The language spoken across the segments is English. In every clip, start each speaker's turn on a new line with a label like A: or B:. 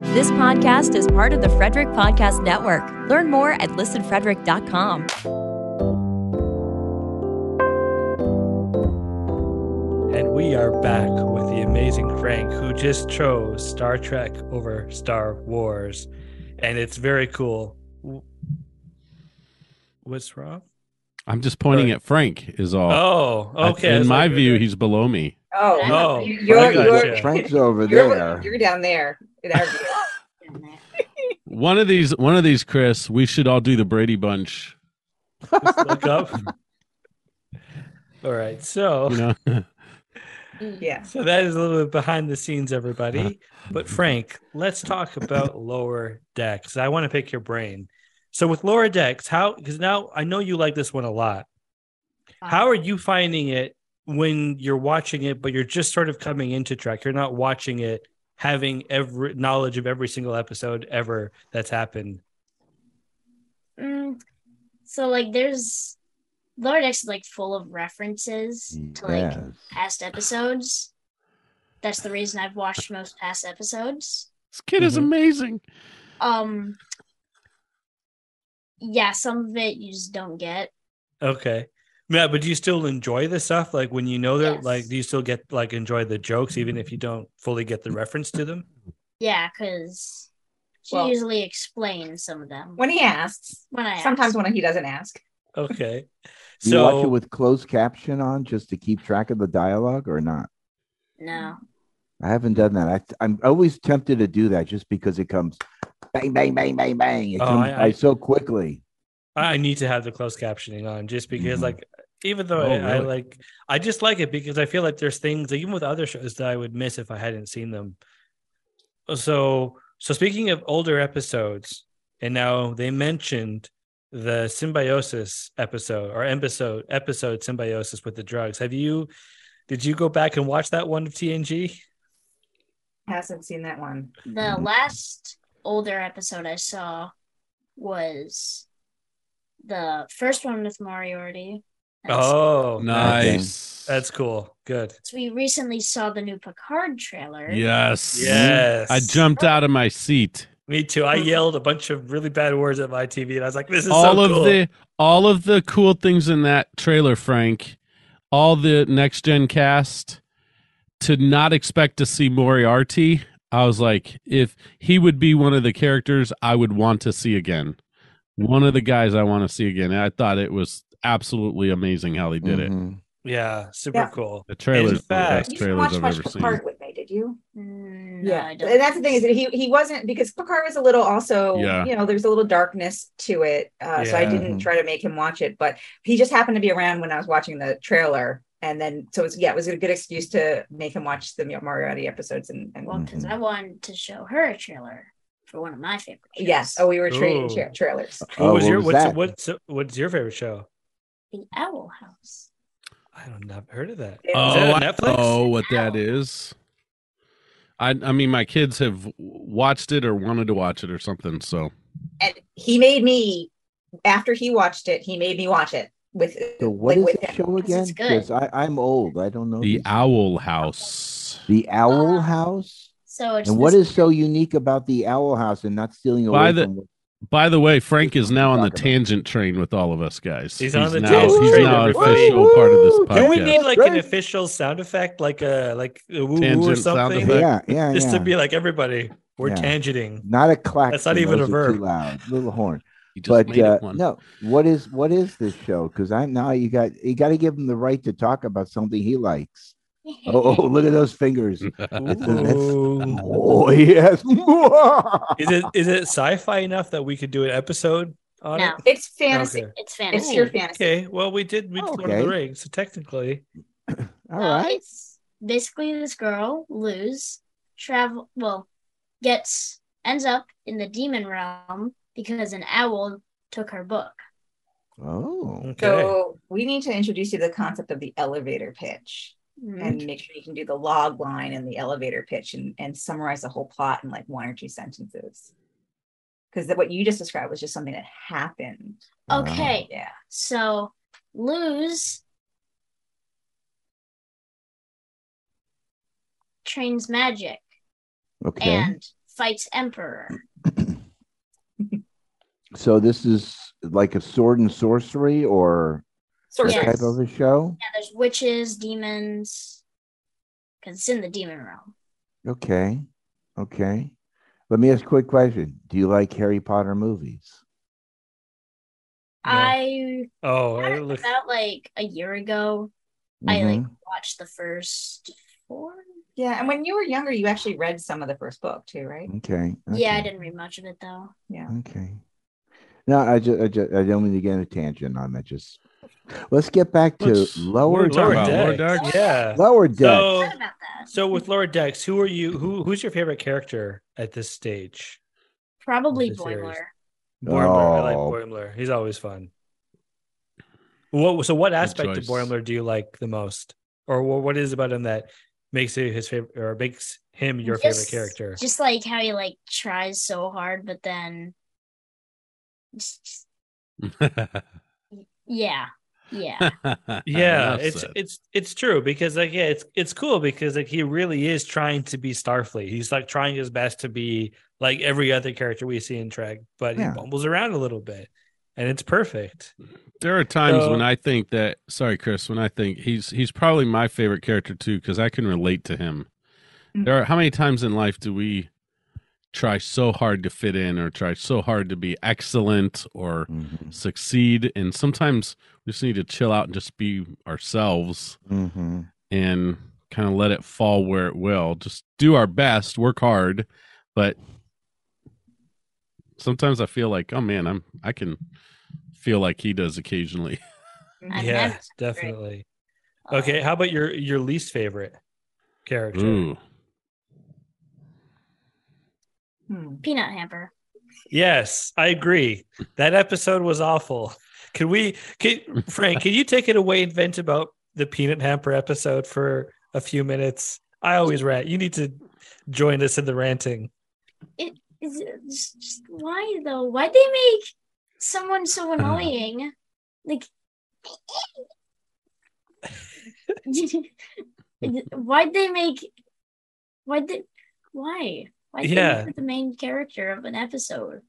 A: This podcast is part of the Frederick Podcast Network. Learn more at listenfrederick.com.
B: And we are back with the amazing Frank, who just chose Star Trek over Star Wars. And it's very cool. W- What's wrong?
C: I'm just pointing
B: Sorry.
C: at Frank. Is all.
B: Oh,
C: I-
B: okay.
C: in
B: that's
C: my
B: not
C: view,
B: good.
C: he's below me.
D: Oh,
B: Oh, I
D: you- you're
B: got
D: you're,
B: you.
E: Frank's over
D: you're
E: there.
D: you're down there. in our view.
C: One of these, one of these, Chris. We should all do the Brady Bunch.
B: look up. All right. So,
C: You know,
D: yeah.
B: so that is a little bit behind the scenes, everybody.
C: Uh-huh.
B: But Frank, let's talk about lower decks. I want to pick your brain. So with lower decks, how because now I know you like this one a lot. How are you finding it when you're watching it, but you're just sort of coming into Trek? You're not watching it having every knowledge of every single episode ever that's happened.
F: Mm, so like there's Lower Decks is like full of references to like
E: Yes.
F: past episodes. That's the reason I've watched most past episodes.
C: this kid is
B: Mhm.
C: amazing.
F: Um yeah, some of it you just don't get.
B: Okay. Yeah, but do you still enjoy the stuff? Like when you know that,
F: Yes.
B: like, do you still get like enjoy the jokes even if you
E: Mm-hmm.
B: don't fully get the reference to them?
F: Yeah, because she
D: Well-
F: usually explains some of them.
D: When he asks,
F: When I
D: sometimes
F: ask.
D: when he doesn't ask.
B: Okay.
E: You
B: So
E: watch it with closed caption on just to keep track of the dialogue or not?
F: no.
E: I haven't done that. I, I'm always tempted to do that just because it comes bang, bang, bang, bang, bang. It
B: Oh,
E: comes
B: I-
E: by
B: I-
E: so quickly.
B: I need to have the closed captioning on just because,
E: Mhm.
B: like, even though
C: Mm-hmm. Oh,
B: I, I
C: really?
B: like, I just like it because I feel like there's things, like, even with other shows, that I would miss if I hadn't seen them. So, so speaking of older episodes, and now they mentioned the symbiosis episode or episode episode symbiosis with the drugs. Have you? Did you go back and watch that one of TNG?
D: Hasn't seen that one.
F: The last older episode I saw was the first one with Moriarty. That's-
B: Oh,
C: Nice.
B: That's cool. Good.
F: So we recently saw the new Picard trailer.
C: Yes.
B: Yes.
C: Mm-hmm. I jumped out of my seat.
B: Me too. I yelled a bunch of really bad words at my TV, and I was like, "This is
C: all
B: so
C: of
B: cool."
C: the all of the cool things in that trailer, Frank. All the next gen cast. To not expect to see Moriarty, I was like, if he would be one of the characters I would want to see again, one of the guys I want to see again. And I thought it was absolutely amazing how they did it.
E: Mhm.
B: yeah, super
D: Yeah.
B: cool.
C: The trailers, were the
B: fact-
C: best
D: You didn't
C: trailers
D: watch
C: I've
D: much
C: ever seen.
D: Picard with me, did you?
F: Mm, No,
D: Yeah,
F: I
D: and
F: don't.
D: that's the thing is that he he wasn't because Picard was a little also
C: Yeah.
D: you know there's a little darkness to it, uh, so I
B: Yeah.
D: didn't
E: Mhm.
D: try to make him watch it, but he just happened to be around when I was watching the trailer, and then so it's yeah it was a good excuse to make him watch the Moriarty episodes and, and
F: Well, because
E: Mhm.
F: I wanted to show her a trailer for one of my favorite. Shows.
D: yes, oh we were trading
B: Ooh.
D: tra- trailers.
B: What
E: Oh,
B: was
E: what
B: your
E: was
B: what's,
E: that?
B: what's what's your favorite show?
F: The Owl House.
B: I don't know. I've heard of that.
D: It-
B: Is
C: Oh,
B: that on
C: I
B: Netflix?
C: know what that is. I I mean, my kids have w- watched it or wanted to watch it or something. So
D: and he made me after he watched it he made me watch it with
E: So what is
D: with
E: the
D: him.
E: show again?
F: it's good.
E: Because I'm old. I don't know.
C: the
E: these-
C: Owl House.
E: the Owl
F: Uh,
E: House?
F: So it's
E: And what
F: this-
E: is so unique about the Owl House and not stealing away
C: By the-
E: from what
C: By the way, Frank is now on the
E: Talk about it.
C: tangent train with all of us guys.
B: He's on the
C: now,
B: tangent
C: He's
B: train,
C: now an
B: everybody.
C: official part of this
E: Woo!
B: Do
C: podcast.
B: we need like an
E: Right.
B: official sound effect, like a like a woo woo or
C: Tangent sound
B: something?
C: effect.
E: yeah, yeah,
B: Just
E: yeah.
B: to be like everybody, we're
E: Yeah.
B: tangenting.
E: not a clack.
B: That's not
E: thing,
B: even
E: those
B: a
E: are
B: verb.
E: too Loud little horn.
C: He just
E: But
C: made
E: uh,
C: it one.
E: no, what is what is this show? Because I'm now you got you got to give him the right to talk about something he likes. Oh, oh look at those fingers!
B: Ooh.
E: Oh yes,
B: Is it is it sci-fi enough that we could do an episode on
F: No,
B: it?
D: it's fantasy
B: Okay.
F: it's
D: it's
F: fantasy.
D: your fantasy
B: Okay. Well, we did. We did Lord of
E: Okay.
B: the Rings, so technically,
E: all
F: Uh,
E: right.
F: It's basically this girl lose travel. Well, gets ends up in the demon realm because an owl took her book.
E: Oh,
B: okay.
D: so we need to introduce you to the concept of the elevator pitch
B: Mm-hmm.
D: and make sure you can do the log line and the elevator pitch and, and summarize the whole plot in like one or two sentences because what you just described was just something that happened
F: Okay,
D: yeah
F: So Luz trains magic
E: okay.
F: and fights Emperor.
E: So this is like a sword and sorcery or
D: Sorry.
F: Yes.
E: type of a show.
F: Yeah, there's witches, demons, because it's in the demon realm.
E: Okay. Okay. Let me ask a quick question. Do you like Harry Potter movies?
B: No.
F: I
B: Oh, it looks,
F: about like a year ago, I like
E: Mm-hmm.
F: watched the first four.
D: Yeah, and when you were younger, you actually read some of the first book too, right?
E: Mhm. okay.
F: Yeah, I
E: okay.
F: didn't read much of it though.
E: Mm-hmm.
D: Yeah.
E: Okay. No, I just, I just, I don't mean to get a tangent on that. Just let's get back to
C: Let's-
E: lower
C: we're talking
B: Lower
E: deck.
C: about Lower
B: Decks.
C: Decks.
B: Yeah.
E: Lower deck.
F: I
B: So,
F: forgot about that.
B: so with Laura Dex, who are you? Who who's your favorite character at this stage?
F: Probably
B: What's the series?
F: Boiler.
B: Boimler. I like
E: Oh.
B: Boimler. He's always fun. What so what aspect of
C: choice.
B: Boimler do you like the most, or wha- what is about him that makes it his favorite, or makes him your favorite
F: Just-
B: character?
F: Just like how he like tries so hard, but then, just- yeah, yeah, Uh,
B: yeah, it's it's it's true because like yeah, it's it's cool because like he really is trying to be Starfleet. He's like trying his best to be like every other character we see in Trek, but
E: Yeah.
B: he bumbles around a little bit, and it's perfect.
C: There are times
B: So-
C: when I think that. Sorry, Chris. When I think he's he's probably my favorite character too because I can relate to him.
B: Mm.
C: There are how many times in life do we try so hard to fit in or try so hard to be excellent or
E: Mhm.
C: succeed, and sometimes we just need to chill out and just be ourselves
E: Mhm.
C: and kind of let it fall where it will. Just do our best, work hard, but sometimes I feel like, oh man, I'm I can feel like he does occasionally.
F: I've
B: yeah,
F: never-
B: definitely. Okay, how about your your least favorite character?
C: Ooh.
D: Hmm.
F: peanut hamper.
B: Yes, I agree. That episode was awful. Can we, can, Frank? Can you take it away and vent about the peanut hamper episode for a few minutes? I always rant. You need to join us in the ranting.
F: Is it just, just why though? Why'd they make someone
B: Uh-huh.
F: so annoying? Like, why'd they make? Why'd they? Why? Why
B: Yeah.
F: the main character of an episode?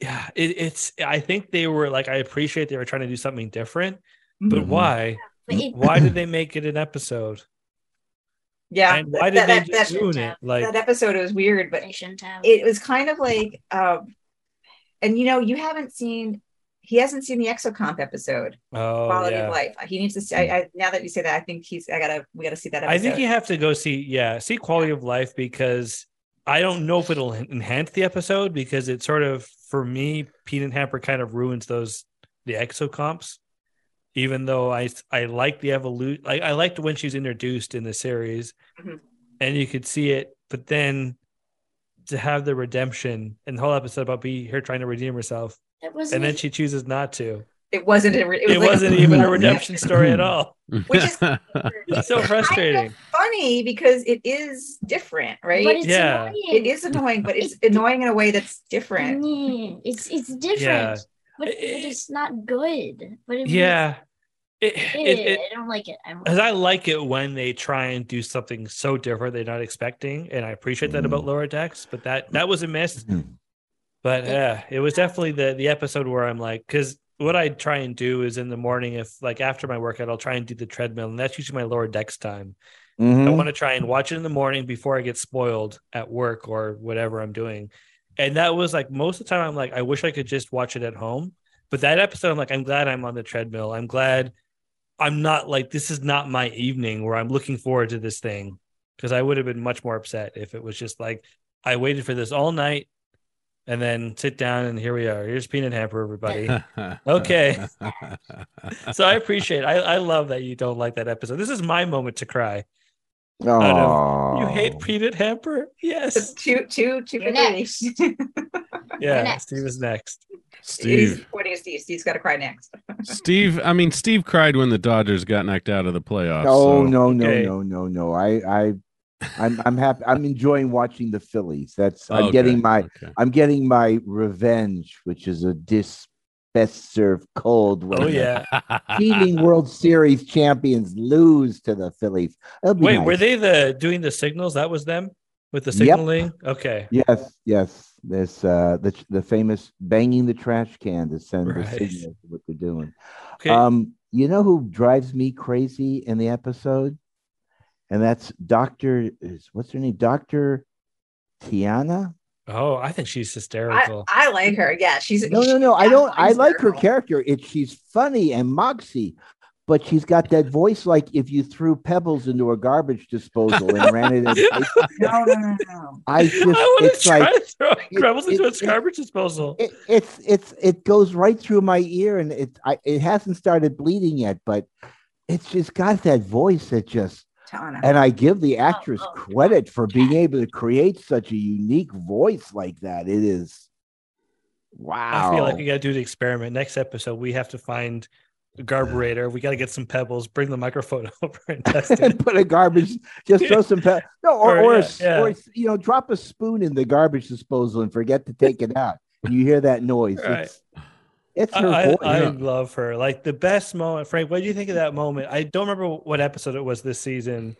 B: Yeah, it, it's. I think they were like. I appreciate they were trying to do something different, but
D: Mm-hmm.
E: Mhm.
B: why?
F: But it,
B: Why did they make it an episode?
D: Yeah.
B: and why did
D: that, that,
B: they just
D: that-
B: ruin it? Like,
D: that episode was weird, but
F: they shouldn't have.
D: it was kind of like um and you know, you haven't seen he hasn't seen the exocomp episode,
B: oh
D: Quality
B: yeah.
D: of Life. He needs to see I, I now that you say that, I think he's I gotta we gotta see that episode.
B: I think you have to go see, yeah, see quality of life because I don't know if it'll en- enhance the episode because it sort of, for me, Peanut Hamper kind of ruins those the exo comps. Even though I I like the evolution, I, I liked when she's introduced in the series,
D: Mhm.
B: and you could see it. But then to have the redemption and the whole episode about be her trying to redeem herself,
F: That wasn't.
B: and then
F: it.
B: she chooses not to.
D: it wasn't a, re-
B: It,
D: was like
B: wasn't even a redemption
D: Yeah.
B: story at all.
D: Which is-
B: It's so frustrating.
D: funny because it is different, right?
F: But it's
B: Yeah.
F: annoying.
D: it is annoying, but it's annoying in a way that's different.
F: Mm, It's it's different,
B: Yeah.
F: but, but it's not good. But it
B: Yeah, it,
F: was
B: it,
F: good.
B: it,
F: I don't like it. I don't
B: Because I like it when they try and do something so different they're not expecting, and I appreciate that about Lower Decks. But that that was a miss.
E: Mhm.
B: But yeah, it was definitely the the episode where I'm like, because what I try and do is in the morning, if like after my workout, I'll try and do the treadmill, and that's usually my Lower Decks time.
E: Mm-hmm.
B: I want to try and watch it in the morning before I get spoiled at work or whatever I'm doing. And that was like most of the time I'm like, I wish I could just watch it at home. But that episode, I'm like, I'm glad I'm on the treadmill. I'm glad I'm not like this is not my evening where I'm looking forward to this thing. Cause I would have been much more upset if it was just like I waited for this all night and then sit down and here we are. Here's peanut hamper, everybody. Okay. so I appreciate it. I, I love that you don't like that episode. This is my moment to cry. You
E: Oh.
B: hate peanut hamper? Yes.
D: Two, two, two.
F: You're
D: for
F: next.
D: three.
B: Yeah.
F: next.
B: Steve is next.
D: He's
C: Steve.
D: pointing at Steve. Steve's got to cry next.
C: Steve. I mean, Steve cried when the Dodgers got knocked out of the playoffs.
E: No,
C: so-
E: Oh, no, no,
B: Okay.
E: no, no, no. I, I, I'm, I'm happy. I'm enjoying watching the Phillies. That's. I'm
C: Okay,
E: getting my.
C: okay.
E: I'm getting my revenge, which is a dis best served cold. when
B: Oh
E: the
B: yeah.
E: Cheating World Series champions lose to the Phillies. That'd be
B: Wait,
E: nice.
B: were they the doing the signals? That was them. with the
E: Yep.
B: signaling? Okay.
E: Yes, yes. This uh, the the famous banging the trash can to send
B: Right.
E: the signal to what they're doing.
B: Okay.
E: Um, you know who drives me crazy in the episode, and that's Doctor. What's her name? Doctor Tiana.
B: oh, I think she's
D: I,
B: hysterical.
D: I like her. Yeah, she's
E: No, no, no. I don't. I
D: she's
E: like her
D: hysterical.
E: character. It she's funny and moxie, but she's got that voice like if you threw pebbles into a garbage disposal and ran it. In,
D: No, no, no, no.
E: I
B: I
E: just
B: want to
E: it's
B: try
E: like
B: throwing
E: it-
B: pebbles into
E: it-
B: its
E: it-
B: garbage disposal.
E: it, it's it's it goes right through my ear and it I, it hasn't started bleeding yet but it's just got that voice that just
D: Tana.
E: and i give the actress
F: oh.
E: credit for being able to create such a unique voice like that it is wow
B: I feel like we got to do the experiment. Next episode, we have to find a carburetor. We got to get some pebbles, bring the microphone over and test it.
E: and put a garbage just throw some pe- no
B: Or,
E: or or, a
B: yeah,
E: s-
B: yeah.
E: or you know drop a spoon in the garbage disposal and forget to take it out you hear that noise
B: Right.
E: it's it's her
B: I,
E: voice
B: I, I love her. Like the best moment, Frank. What do you think of that moment? I don't remember what episode it was this season,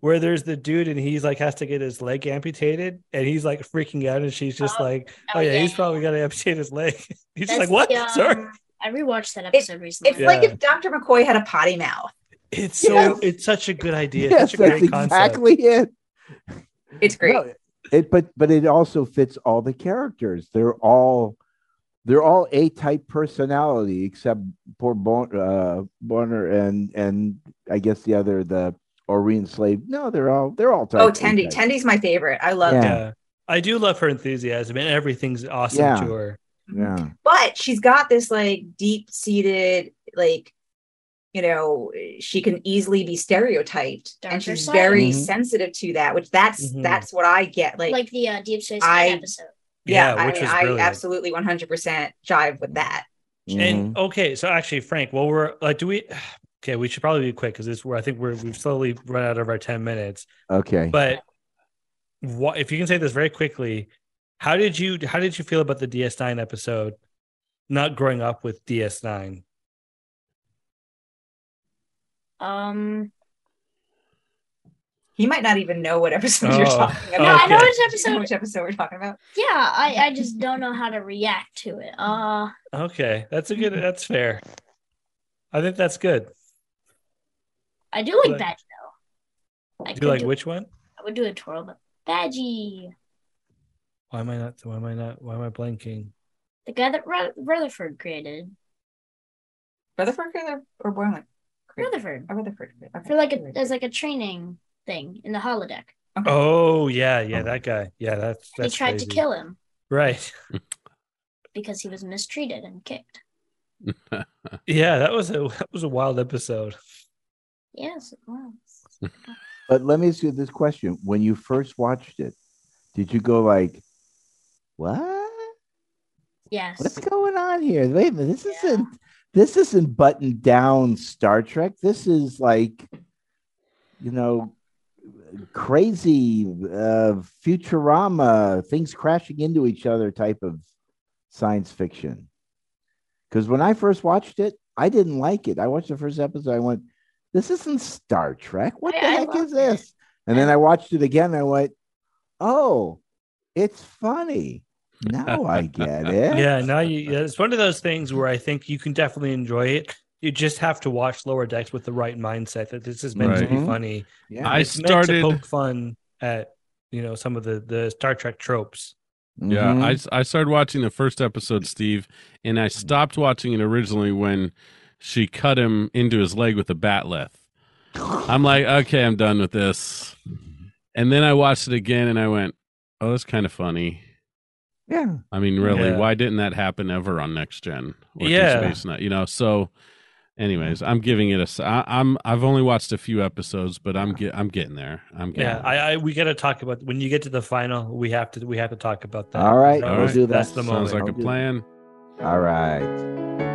B: where there's the dude and he's like has to get his leg amputated, and he's like freaking out, and she's just
F: Oh,
B: like, "Oh
F: oh,
B: yeah,
F: yeah,
B: he's
F: yeah,
B: probably gonna amputate his leg." he's just
F: That's
B: like, "What?"
F: the, um,
B: Sorry.
F: I rewatched that episode recently.
D: It's like if Dr. McCoy had a potty mouth.
B: It's so.
E: Yes.
B: It's such a good idea.
E: yes
B: such a
E: that's
B: great concept.
E: exactly it
D: It's great.
E: No, it but but it also fits all the characters. They're all they're all A type personality except poor bon, uh, Bonner and and I guess the other the Orion slave. No, they're all they're all type.
D: oh,
E: A
D: Tendy.
E: type.
D: Tendy's my favorite. I love
E: Yeah.
D: her.
B: Yeah. I do love her enthusiasm and everything's awesome
E: Yeah.
B: to her.
E: Yeah.
D: But she's got this like deep seated, like, you know, she can easily be stereotyped.
F: Dr.
D: And she's
F: Seuss.
D: very
E: Mhm.
D: sensitive to that, which that's
B: Mhm.
D: that's what I get. Like,
F: like the uh, Deep Space
D: I-
F: Nine episode.
D: yeah,
B: which was
D: I, mean, I
B: brilliant.
D: absolutely 100% jive with that.
E: Mm-hmm.
B: And okay, so actually, Frank, well, we're like, do we? Okay, we should probably be quick because this. Where I think we're we've slowly run out of our ten minutes.
E: Mhm. Okay.
B: But what if you can say this very quickly? How did you how did you feel about the DS9 episode? Not growing up with DS9.
F: Um,
D: He might not even know what episode you're
B: Oh,
D: talking about.
F: no, I know
B: Okay.
F: which
D: I know
F: episode.
D: which episode we're talking about.
F: Yeah, I, I just don't know how to react to it. Uh,
B: Okay, that's a good.
F: Mm-hmm.
B: That's fair. I think that's good.
F: I do like
B: Like-
F: Badgie though. I
B: Do
F: could
B: you like
F: do,
B: which one?
F: I would do a twirl, but Badgie,
B: Why am I not? Why am I not? Why am I blanking?
F: the guy that Ru- Rutherford created,
D: Rutherford or, or Borland?
F: Rutherford,
D: Oh, Rutherford. Okay.
F: for like a there's like a training thing in the holodeck.
B: Oh yeah, yeah, that guy. Yeah, that's
F: They
B: that's
F: tried
B: crazy.
F: to kill him
B: Right.
F: because he was mistreated and kicked.
B: Yeah, that was a that was a wild episode.
F: Yes, it was.
E: But let me ask you this question: When you first watched it, did you go like, "What?
F: Yes.
E: What's going on here? Wait a minute, this
F: Yeah.
E: isn't this isn't buttoned down Star Trek. This is like, you know, crazy uh, Futurama, things crashing into each other type of science fiction. Because when I first watched it, I didn't like it. I watched the first episode. I went, "This isn't Star Trek. What
F: I-
E: the
F: I
E: heck
F: loved
E: is this?" And then I watched it again. I went, "Oh, it's funny." Now I get it.
B: Yeah, now you yeah, it's one of those things where I think you can definitely enjoy it. You just have to watch Lower Decks with the right mindset that this is meant to be
E: Right.
B: funny.
E: Yeah.
C: I
B: It's meant to
C: started-
B: poke fun at you know some of the the Star Trek tropes.
E: Mhm.
B: Mm-hmm.
C: Yeah, I, s- I started watching the first episode, Steve, and I stopped watching it originally when she cut him into his leg with a batleth.
E: Mm-hmm.
C: I'm like, okay, I'm done with this. And then I watched it again and I went, oh, that's kind of funny.
E: yeah.
C: I mean, really,
B: Yeah.
C: why didn't that happen ever on Next Gen or Deep
B: Yeah.
C: Space Nine? You know, so. Anyways, I'm giving it a. s- I, am I've only watched a few episodes, but I'm get, I'm getting there. I'm getting
B: Yeah,
C: there.
B: I, I we got to talk about when you get to the final. We have to we have to talk about that.
E: All right,
B: That
C: we'll
B: was-
E: do that.
B: That's the
E: Sounds
B: moment.
C: Sounds like a
E: I'll do-
C: plan.
E: All right.